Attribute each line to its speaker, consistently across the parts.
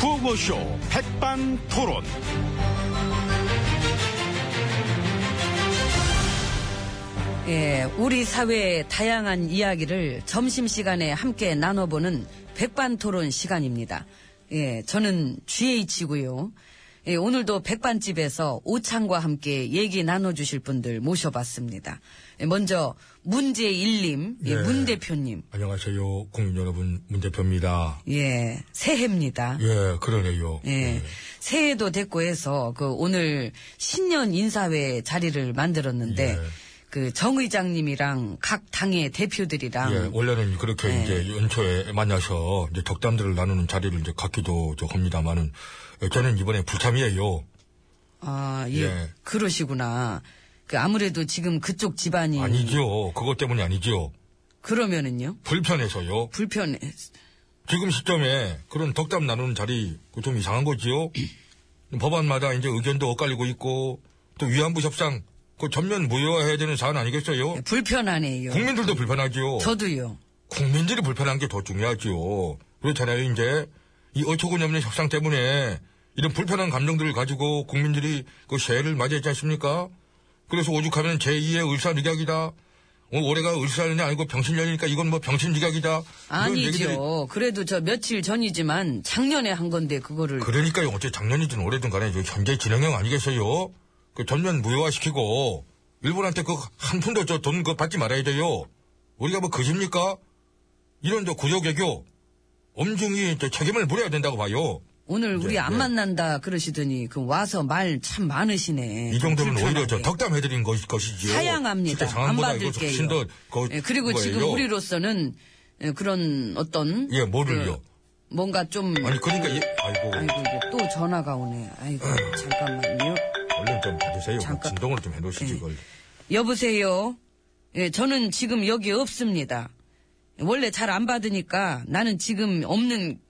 Speaker 1: 구호쇼 백반토론.
Speaker 2: 예, 우리 사회의 다양한 이야기를 점심시간에 함께 나눠보는 백반토론 시간입니다. 예, 저는 GH고요. 예, 오늘도 백반집에서 오창과 함께 얘기 나눠주실 분들 모셔봤습니다. 예, 먼저 문제 1님, 예,
Speaker 3: 네.
Speaker 2: 문 대표님.
Speaker 3: 안녕하세요. 국민 여러분, 문 대표입니다.
Speaker 2: 예, 새해입니다.
Speaker 3: 예, 그러네요.
Speaker 2: 예. 새해도 됐고 해서 그 오늘 신년 인사회 자리를 만들었는데
Speaker 3: 예.
Speaker 2: 그 정 의장님이랑 각 당의 대표들이랑
Speaker 3: 예, 원래는 그렇게
Speaker 2: 네.
Speaker 3: 이제 연초에 만나서 이제 덕담들을 나누는 자리를 이제 갖기도 합니다마는 저는 이번에 불참이에요.
Speaker 2: 아, 예.
Speaker 3: 예.
Speaker 2: 그러시구나. 그 아무래도 지금 그쪽 집안이
Speaker 3: 아니죠. 그것 때문이 아니죠.
Speaker 2: 그러면은요.
Speaker 3: 불편해서요.
Speaker 2: 불편해.
Speaker 3: 지금 시점에 그런 덕담 나누는 자리 그거 좀 이상한 거지요. 법안마다 이제 의견도 엇갈리고 있고 또 위안부 협상 그 전면 무효화해야 되는 사안 아니겠어요?
Speaker 2: 불편하네요.
Speaker 3: 국민들도 불편하지요.
Speaker 2: 예. 저도요.
Speaker 3: 국민들이 불편한 게 더 중요하지요. 그렇잖아요, 이제. 이 어처구니 없는 협상 때문에 이런 불편한 감정들을 가지고 국민들이 그 새해를 맞이했지 않습니까? 그래서 오죽하면 제2의 을사늑약이다. 어, 올해가 을사년이 아니고 병신년이니까 이건 뭐 병신늑약이다.
Speaker 2: 아니죠. 그래도 저 며칠 전이지만 작년에 한 건데 그거를
Speaker 3: 그러니까요. 어째 작년이든 올해든 간에 이제 현재 진행형 아니겠어요? 그 전면 무효화시키고 일본한테 그 한 푼도 저 돈 그 받지 말아야 돼요. 우리가 뭐 그십니까? 이런 저 구조 개교 엄중히 저 책임을 물어야 된다고 봐요.
Speaker 2: 오늘 우리
Speaker 3: 예,
Speaker 2: 안
Speaker 3: 예.
Speaker 2: 만난다 그러시더니 그 와서 말 참 많으시네.
Speaker 3: 이 정도면
Speaker 2: 불편하게.
Speaker 3: 오히려 저 덕담해드린 것, 것이지요.
Speaker 2: 사양합니다.
Speaker 3: 실제
Speaker 2: 안
Speaker 3: 상황보다 이거
Speaker 2: 받을게요.
Speaker 3: 훨씬 더 거-
Speaker 2: 예, 그리고 지금
Speaker 3: 거예요.
Speaker 2: 우리로서는 예, 그런 어떤
Speaker 3: 예, 뭐를요?
Speaker 2: 그 뭔가 좀
Speaker 3: 아니 그러니까 이- 아이고
Speaker 2: 아이고 이게 또 전화가 오네. 아이고 잠깐만요.
Speaker 3: 얼른 좀 받으세요.
Speaker 2: 잠깐.
Speaker 3: 진동을 좀 해놓으시지
Speaker 2: 예.
Speaker 3: 이걸.
Speaker 2: 여보세요. 예, 저는 지금 여기 없습니다. 원래 잘 안 받으니까 나는 지금 없는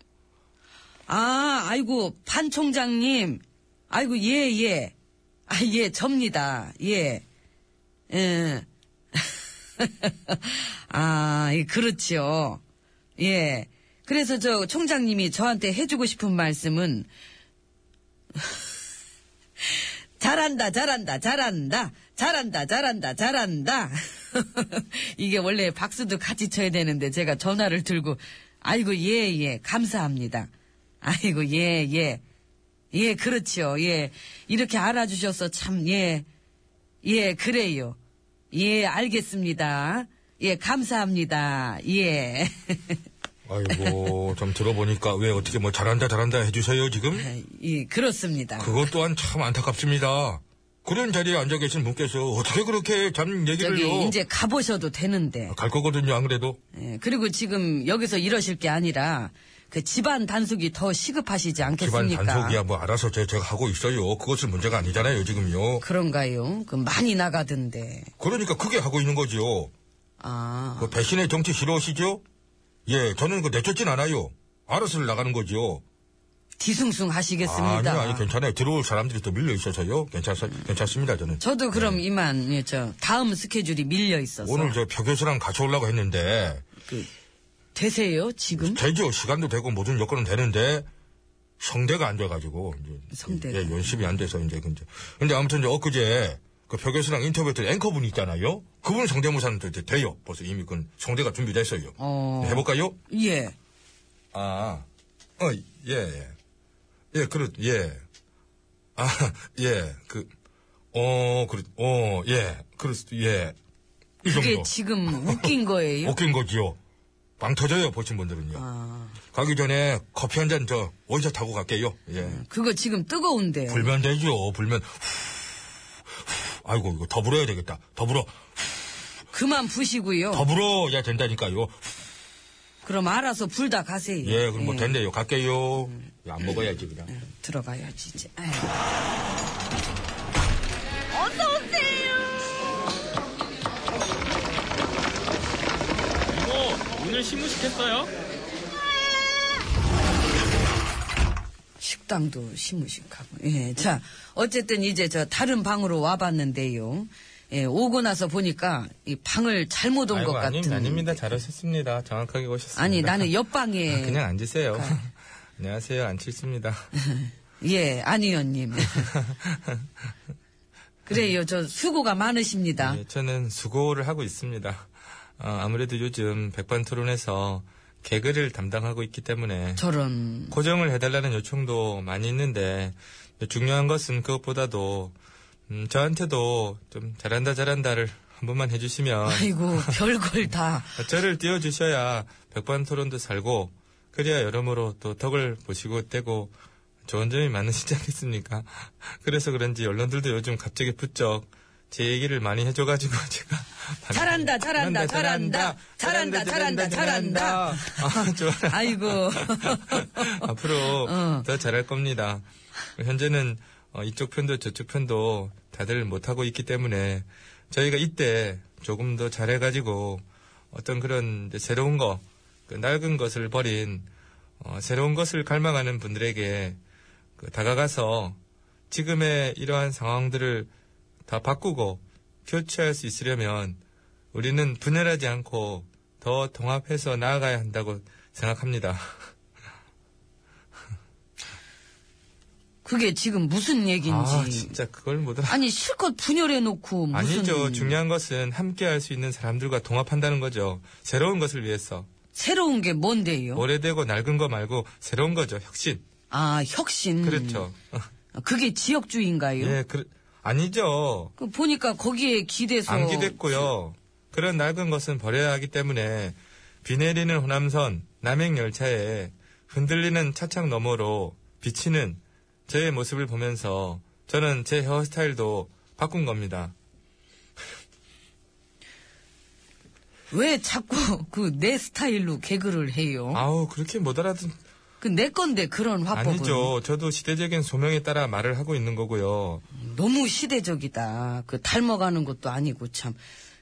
Speaker 2: 아, 아이고 반 총장님. 아이고 예 예. 아, 예, 접니다. 예. 예. 아, 예, 그렇지요. 예. 그래서 저 총장님이 저한테 해주고 싶은 말씀은 잘한다, 잘한다, 잘한다, 잘한다, 잘한다, 잘한다. 이게 원래 박수도 같이 쳐야 되는데 제가 전화를 들고 아이고 예 예, 감사합니다. 아이고 예 예. 예, 그렇죠. 예. 이렇게 알아주셔서 참, 예. 예, 그래요. 예, 알겠습니다. 예, 감사합니다. 예.
Speaker 3: 아이고 좀 들어보니까 왜 어떻게 뭐 잘한다 잘한다 해주세요 지금?
Speaker 2: 예, 그렇습니다.
Speaker 3: 그것 또한 참 안타깝습니다. 그런 자리에 앉아 계신 분께서 어떻게 그렇게 잔
Speaker 2: 저기
Speaker 3: 얘기를요?
Speaker 2: 이제 가보셔도 되는데.
Speaker 3: 갈 거거든요, 안 그래도.
Speaker 2: 예, 그리고 지금 여기서 이러실 게 아니라 그 집안 단속이 더 시급하시지
Speaker 3: 집안
Speaker 2: 않겠습니까?
Speaker 3: 단속이야 뭐 알아서 제- 제가 하고 있어요. 그것은 문제가 아니잖아요, 지금요.
Speaker 2: 그런가요? 그 많이 나가던데.
Speaker 3: 그러니까 그게 하고 있는 거지요.
Speaker 2: 아,
Speaker 3: 그 배신의 정치 싫어하시죠? 예, 저는 그 내쫓진 않아요. 알아서 나가는 거지요.
Speaker 2: 뒤숭숭
Speaker 3: 아니,
Speaker 2: 하시겠습니다.
Speaker 3: 아니, 괜찮아요. 들어올 사람들이 또 밀려 있어서요. 괜찮, 괜찮습니다, 저는.
Speaker 2: 저도 그럼 이만 예, 저 다음 스케줄이 밀려 있어서
Speaker 3: 네. 오늘 저 표교수랑 같이 오려고 했는데,
Speaker 2: 그, 되세요 지금?
Speaker 3: 되죠. 시간도 되고 모든 여건은 되는데 성대가 안 돼가지고 이제
Speaker 2: 성대가.
Speaker 3: 예, 연습이 안 돼서 이제 근데 근데 아무튼 이제 엊그제 그 표교수랑 인터뷰했던 앵커분 있잖아요. 그분 성대모사는 또 이제 돼요. 벌써 이미 그 성대가 준비됐어요.
Speaker 2: 어.
Speaker 3: 해볼까요?
Speaker 2: 예.
Speaker 3: 아, 어, 예, 예, 예, 그렇, 예, 아, 예, 그, 어, 그렇, 어, 예, 그렇, 예, 이
Speaker 2: 그게
Speaker 3: 정도.
Speaker 2: 지금 웃긴 거예요?
Speaker 3: 웃긴 거지요. 빵 터져요 보신 분들은요.
Speaker 2: 아,
Speaker 3: 가기 전에 커피 한 잔 저 어디서 타고 갈게요. 예.
Speaker 2: 그거 지금 뜨거운데. 요
Speaker 3: 불면 되죠. 불면. 아이고 이거 더불어 야 되겠다. 더불어.
Speaker 2: 그만 부시고요.
Speaker 3: 더불어 야 된다니까요.
Speaker 2: 음. 그럼 알아서 불다 가세요.
Speaker 3: 예, 그럼 뭐 된대요. 갈게요.
Speaker 2: 음.
Speaker 3: 이거 안 먹어야지 그냥.
Speaker 2: 들어가야지 이제. 아유. 예.
Speaker 4: 이모, 오늘 신문 시켰어요?
Speaker 2: 식당도 시무식하고. 예, 자, 어쨌든 이제 저 다른 방으로 와봤는데요. 예, 오고 나서 보니까 이 방을 잘못 온 것 같은.
Speaker 4: 아닙니다. 잘하셨습니다. 정확하게 오셨습니다.
Speaker 2: 아니, 나는 옆방에.
Speaker 4: 그냥 앉으세요.
Speaker 5: 안녕하세요. 안칠수입니다.
Speaker 2: 예, 안 의원님. 그래요. 저 수고가 많으십니다.
Speaker 3: 예, 저는 수고를 하고 있습니다. 아, 무래도 요즘 백반 토론에서 개그를 담당하고 있기 때문에
Speaker 2: 저런.
Speaker 3: 고정을 해달라는 요청도 많이 있는데 중요한 것은 그것보다도 음, 저한테도 좀 잘한다 잘한다를 한 번만 해주시면
Speaker 2: 아이고, 별걸 다.
Speaker 3: 저를 띄워주셔야 백반 토론도 살고 그래야 여러모로 또 덕을 보시고 떼고 좋은 점이 많으시지 않겠습니까? 그래서 그런지 언론들도 요즘 갑자기 부쩍 제 얘기를 많이 해줘가지고 제가
Speaker 2: 잘한다, 잘한다, 잘한다. 잘한다, 잘한다, 잘한다.
Speaker 3: 아, 좋아라.
Speaker 2: 아이고.
Speaker 3: 앞으로
Speaker 2: 어.
Speaker 3: 더 잘할 겁니다. 현재는 어, 이쪽 편도 저쪽 편도 다들 못하고 있기 때문에 저희가 이때 조금 더 잘해가지고 어떤 그런 이제 새로운 거, 그 낡은 것을 버린 어, 새로운 것을 갈망하는 분들에게 그 다가가서 지금의 이러한 상황들을 다 바꾸고 교체할 수 있으려면 우리는 분열하지 않고 더 통합해서 나아가야 한다고 생각합니다.
Speaker 2: 그게 지금 무슨
Speaker 3: 아,
Speaker 2: 얘기인지.
Speaker 3: 진짜 그걸 못 알아.
Speaker 2: 아, 니 실컷 분열해놓고 무슨.
Speaker 3: 아니죠. 중요한 것은 함께 할 수 있는 사람들과 통합한다는 거죠. 새로운 것을 위해서.
Speaker 2: 새로운 게 뭔데요?
Speaker 3: 오래되고 낡은 거 말고 새로운 거죠. 혁신.
Speaker 2: 아, 혁신.
Speaker 3: 그렇죠.
Speaker 2: 그게 지역주의인가요?
Speaker 3: 예, 그, 아니죠.
Speaker 2: 그 보니까 거기에 기대서.
Speaker 3: 안 기댔고요. 그런 낡은 것은 버려야 하기 때문에 비 내리는 호남선 남행 열차에 흔들리는 차창 너머로 비치는 저의 모습을 보면서 저는 제 헤어스타일도 바꾼 겁니다.
Speaker 2: 왜 자꾸 그 내 스타일로 개그를 해요?
Speaker 3: 아우 그렇게 못 알아듣
Speaker 2: 그 내 건데 그런 화법은.
Speaker 3: 아니죠. 저도 시대적인 소명에 따라 말을 하고 있는 거고요.
Speaker 2: 너무 시대적이다. 그 닮아가는 것도 아니고 참.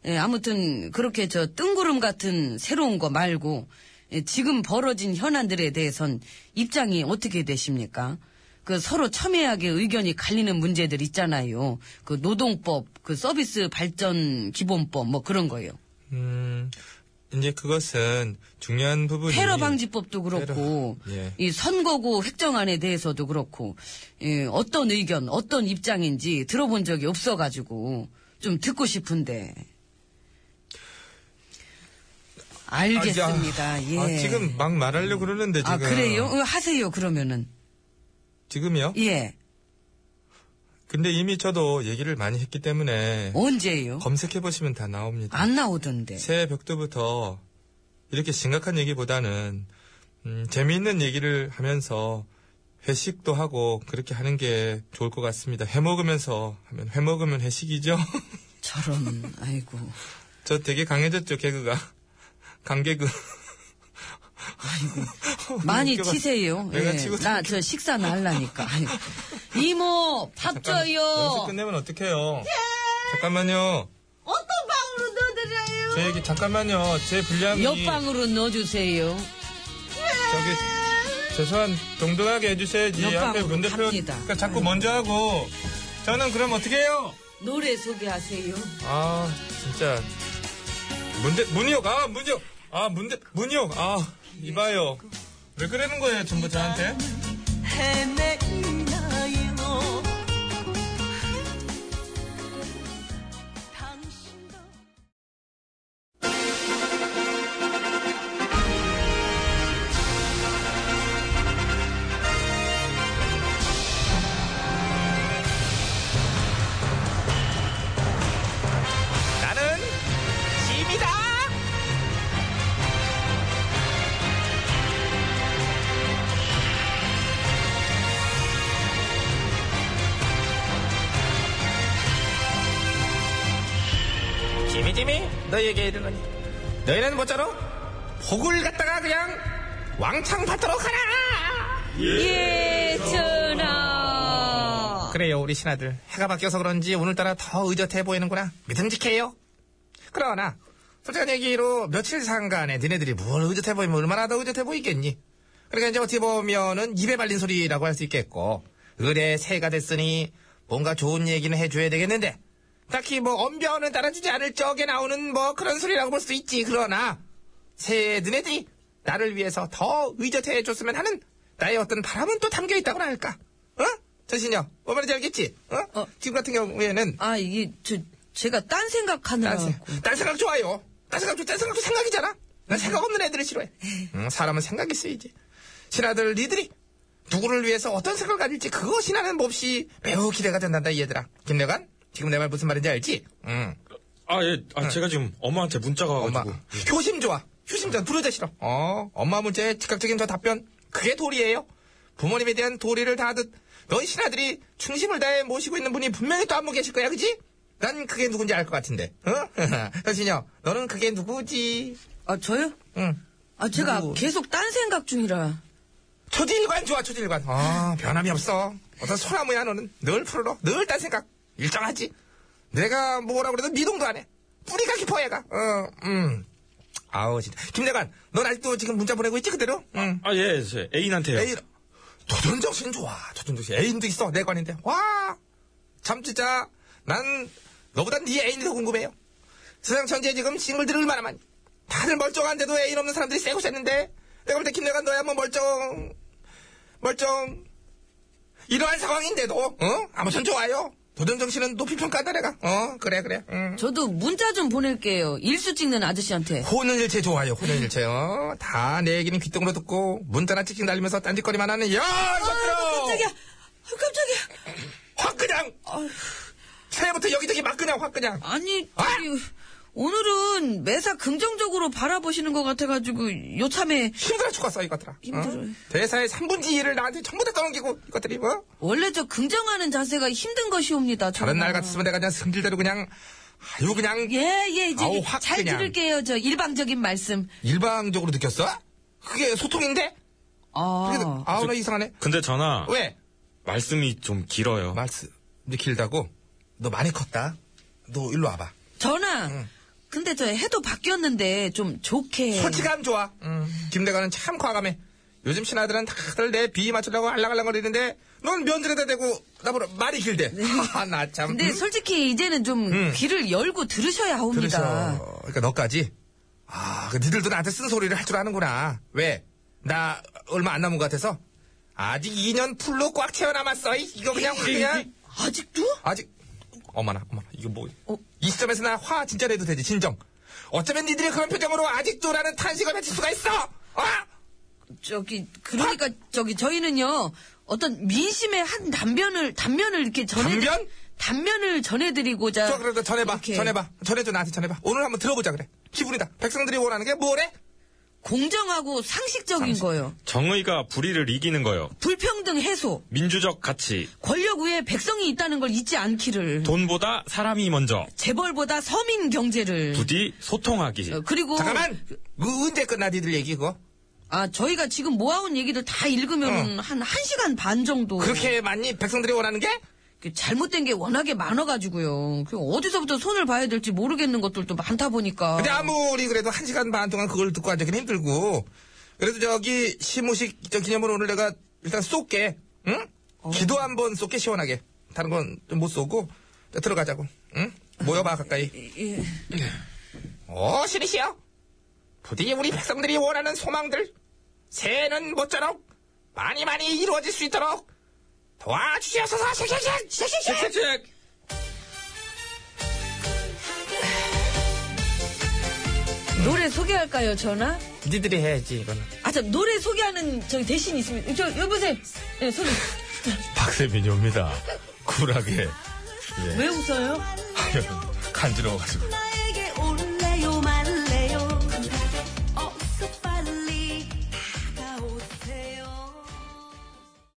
Speaker 2: 예, 아무튼 그렇게 저 뜬구름 같은 새로운 거 말고 예, 지금 벌어진 현안들에 대해선 입장이 어떻게 되십니까? 그 서로 첨예하게 의견이 갈리는 문제들 있잖아요. 그 노동법, 그 서비스 발전 기본법 뭐 그런 거요.
Speaker 3: 음, 이제 그것은 중요한 부분이
Speaker 2: 테러 방지법도 그렇고
Speaker 3: 예. 테러, 예.
Speaker 2: 이 선거구 획정안에 대해서도 그렇고 예, 어떤 의견, 어떤 입장인지 들어본 적이 없어가지고 좀 듣고 싶은데 알겠습니다.
Speaker 3: 아, 아,
Speaker 2: 예.
Speaker 3: 아, 지금 막 말하려고 그러는데 지금.
Speaker 2: 아, 그래요? 어, 하세요 그러면은
Speaker 3: 지금이요?
Speaker 2: 예
Speaker 3: 근데 이미 저도 얘기를 많이 했기 때문에
Speaker 2: 언제요?
Speaker 3: 검색해 보시면 다 나옵니다.
Speaker 2: 어? 안 나오던데.
Speaker 3: 새해 벽두부터 이렇게 심각한 얘기보다는 음, 재미있는 얘기를 하면서 회식도 하고 그렇게 하는 게 좋을 것 같습니다. 해 먹으면서 하면 해 먹으면 회식이죠.
Speaker 2: 저런 아이고
Speaker 3: 저 되게 강해졌죠 개그가 강개그
Speaker 2: 많이
Speaker 3: 웃겨가-
Speaker 2: 치세요. 예.
Speaker 3: 내가 치고
Speaker 2: 나 저 식사나 할라니까. 아이고. 이모 밥
Speaker 3: 여기서
Speaker 2: 줘요. 예.
Speaker 3: 끝내면 어떡해요 잠깐만요
Speaker 2: 어떤 방으로 넣어드려요?
Speaker 3: 제 얘기 잠깐만요 제 분량이
Speaker 2: 옆방으로 넣어주세요.
Speaker 3: 저기 최소한 동등하게 해주셔야지
Speaker 2: 옆방으로
Speaker 3: 앞에 문 대표
Speaker 2: 갑니다.
Speaker 3: 그러니까 자꾸 먼저 하고 저는 그럼 어떻게 해요
Speaker 2: 노래 소개하세요.
Speaker 3: 아 진짜 문대 문희옥 아 문희옥 아 문대 문희옥 아 이봐요 왜 그러는 거예요 전부 저한테
Speaker 6: 나는 짐이다. 짐이 짐이 너희에게 이르노니 너희는 모쪼록 복을 갖다가 그냥 왕창 받도록 하라.
Speaker 2: 예, 전하.
Speaker 6: 그래요 우리 신하들 해가 바뀌어서 그런지 오늘따라 더 의젓해 보이는구나 믿음직해요 그러나 솔직한 얘기로 며칠 상간에 니네들이 뭘 의젓해 보이면 얼마나 더 의젓해 보이겠니 그러니까 이제 어떻게 보면은 입에 발린 소리라고 할 수 있겠고 의뢰 새해가 됐으니 뭔가 좋은 얘기는 해줘야 되겠는데 딱히 뭐 엄변은 따라주지 않을 적에 나오는 뭐 그런 소리라고 볼 수 있지 그러나 새해 니네들이 나를 위해서 더 의젓해 해줬으면 하는
Speaker 3: 나의 어떤 바람은 또 담겨 있다고나 할까? 어? 전신여, 뭔 말인지 알겠지? 어?
Speaker 2: 어.
Speaker 3: 지금 같은 경우에는
Speaker 2: 아, 이게, 저, 제가 딴 생각하느라.
Speaker 3: 딴 생각, 딴 생각 좋아요. 딴 생각 좋, 딴 생각도 생각이잖아. 난 생각 없는 애들을 싫어해. 응, 사람은 생각이 쓰이지. 신하들 니들이 누구를 위해서 어떤 생각을 가질지 그것이 나는 몹시 매우 기대가 된단다 이 얘들아. 김내관, 지금 내 말 무슨 말인지 알지? 응.
Speaker 1: 아, 예. 아, 제가 지금 엄마한테 문자가
Speaker 3: 엄마.
Speaker 1: 와가지고.
Speaker 3: 효심 좋아. 효심전 부르자 싫어. 어, 엄마 문제에 즉각적인 저 답변. 그게 도리예요. 부모님에 대한 도리를 다하듯 너희 신하들이 충심을 다해 모시고 있는 분이 분명히 또 한 분 계실 거야, 그지? 난 그게 누군지 알 것 같은데. 어? 현신여, 너는 그게 누구지?
Speaker 2: 아, 저요?
Speaker 3: 응.
Speaker 2: 아, 제가
Speaker 3: 누구?
Speaker 2: 계속 딴 생각 중이라.
Speaker 3: 초질관 좋아, 초질관. 아, 변함이 없어. 어떤 소나무야, 너는. 늘 푸르러, 늘 딴 생각. 일정하지. 내가 뭐라 그래도 미동도 안 해. 뿌리가 깊어, 얘가. 어, 음. 아우, 진짜. 김대관, 넌 아직도 지금 문자 보내고 있지, 그대로? 응.
Speaker 1: 아, 예, 예. 애인한테요.
Speaker 3: 에이, 도전정신 좋아. 도전정신. 애인도 있어, 내 관인데. 와! 참, 진짜. 난 너보다 네 애인이 더 궁금해요. 세상 전체에 지금 싱글들 얼마나 많이. 다들 멀쩡한데도 애인 없는 사람들이 세고 쎘는데. 내가 볼 때 김내관 너야 뭐 멀쩡. 멀쩡. 이러한 상황인데도, 어? 아무튼 좋아요. 도전정신은 높이 평가한다, 내가. 어, 그래, 그래. 음.
Speaker 2: 저도 문자 좀 보낼게요. 일수 찍는 아저씨한테.
Speaker 3: 혼연일체 좋아요, 혼연일체. 어? 다 내 얘기는 귓등으로 듣고, 문자나 찍찍 날리면서 딴짓거리만 하는, 야!
Speaker 2: 아,
Speaker 3: 이거
Speaker 2: 깜짝이야. 아, 깜짝이야.
Speaker 3: 확 그냥 새해부터 여기저기 막 그냥 확 그냥
Speaker 2: 아니, 저기, 오늘은 매사 긍정적으로 바라보시는 것 같아가지고, 요참에,
Speaker 3: 힘들어 죽었어 이것들아
Speaker 2: 힘들어요.
Speaker 3: 어? 대사의 3분지 1을 나한테 전부 다 떠넘기고 이것들이 뭐
Speaker 2: 원래 저 긍정하는 자세가 힘든 것이옵니다.
Speaker 3: 다른
Speaker 2: 정말.
Speaker 3: 날 같았으면 내가 그냥 승질대로 그냥 아유 그냥
Speaker 2: 예, 예, 이제
Speaker 3: 아우, 확
Speaker 2: 잘
Speaker 3: 그냥.
Speaker 2: 들을게요. 저 일방적인 말씀.
Speaker 3: 일방적으로 느꼈어? 그게 소통인데?
Speaker 2: 아,
Speaker 3: 아우 나 이상하네
Speaker 1: 근데 전화.
Speaker 3: 왜?
Speaker 1: 말씀이 좀 길어요.
Speaker 3: 말스 너 길다고? 너 많이 컸다 너 일로 와봐
Speaker 2: 전화. 근데 저 해도 바뀌었는데 좀 좋게.
Speaker 3: 솔직함 좋아 김대관은 참 과감해 요즘 신하들은 다들 내 비위 맞추려고 알랑알랑거리는데 넌 면전에다 대고 나보러 말이 길대 아, 나참
Speaker 2: 네. 근데 네, 솔직히 이제는 좀 귀를 열고 들으셔야 합니다.
Speaker 3: 그래서 그러니까 너까지 아, 그 니들도 나한테 쓴소리를 할 줄 아는구나. 왜? 나 얼마 안 남은 것 같아서 아직 2년 풀로 꽉 채워 남았어. 이- 이거 그냥 그냥
Speaker 2: 아직도?
Speaker 3: 아직 어머나 어머나 이거 뭐?
Speaker 2: 어?
Speaker 3: 이 시점에서 나 화 진짜 내도 되지 진정. 어쩌면 니들이 그런 표정으로 아직도라는 탄식을 외칠 수가 있어. 아!
Speaker 2: 저기 그러니까 저기 저희는요 어떤 민심의 한 단면을 단면을 이렇게 전해
Speaker 3: 단면?
Speaker 2: 단면을 전해드리고자.
Speaker 3: 저 그래도 전해봐
Speaker 2: 이렇게
Speaker 3: 전해봐 전해줘 나한테 전해봐 오늘 한번 들어보자 그래 기분이다 백성들이 원하는 게 뭐래?
Speaker 2: 공정하고 상식적인 거요.
Speaker 1: 정의가 불의를 이기는 거요.
Speaker 2: 불평등 해소,
Speaker 1: 민주적 가치.
Speaker 2: 권력 위에 백성이 있다는 걸 잊지 않기를.
Speaker 1: 돈보다 사람이 먼저.
Speaker 2: 재벌보다 서민 경제를.
Speaker 1: 부디 소통하기.
Speaker 2: 어, 그리고
Speaker 3: 잠깐만 그 언제 끝나 니들 얘기 그거?
Speaker 2: 아 저희가 지금 모아온 얘기를 다 읽으면 한 1시간 반 정도
Speaker 3: 어. 그렇게 많니 백성들이 원하는 게?
Speaker 2: 그 잘못된 게 워낙에 많아가지고요 그 어디서부터 손을 봐야 될지 모르겠는 것들도 많다 보니까
Speaker 3: 근데 아무리 그래도 한 시간 반 동안 그걸 듣고 앉아긴 힘들고. 그래도 저기 시무식 저 기념으로 오늘 내가 일단 쏠게. 응?
Speaker 2: 어.
Speaker 3: 기도 한 번 쏠게 시원하게. 다른 건 좀 못 쏘고 자, 들어가자고. 응? 모여봐 가까이.
Speaker 2: 예.
Speaker 3: 오 신이시여. 부디 우리 백성들이 원하는 소망들 새해는 모쪼록 많이 많이 이루어질 수 있도록 도와주시옵소서. 쉑쉑쉑 쉑쉑쉑.
Speaker 2: 노래 소개할까요 전화?
Speaker 3: 니들이 해야지 이거는.
Speaker 2: 아참 노래 소개하는 저기 대신 있으면 저 여보세요 예, 소개
Speaker 1: 박세민이 옵니다. 쿨하게.
Speaker 3: 예.
Speaker 2: 왜 웃어요?
Speaker 1: 간지러워가지고.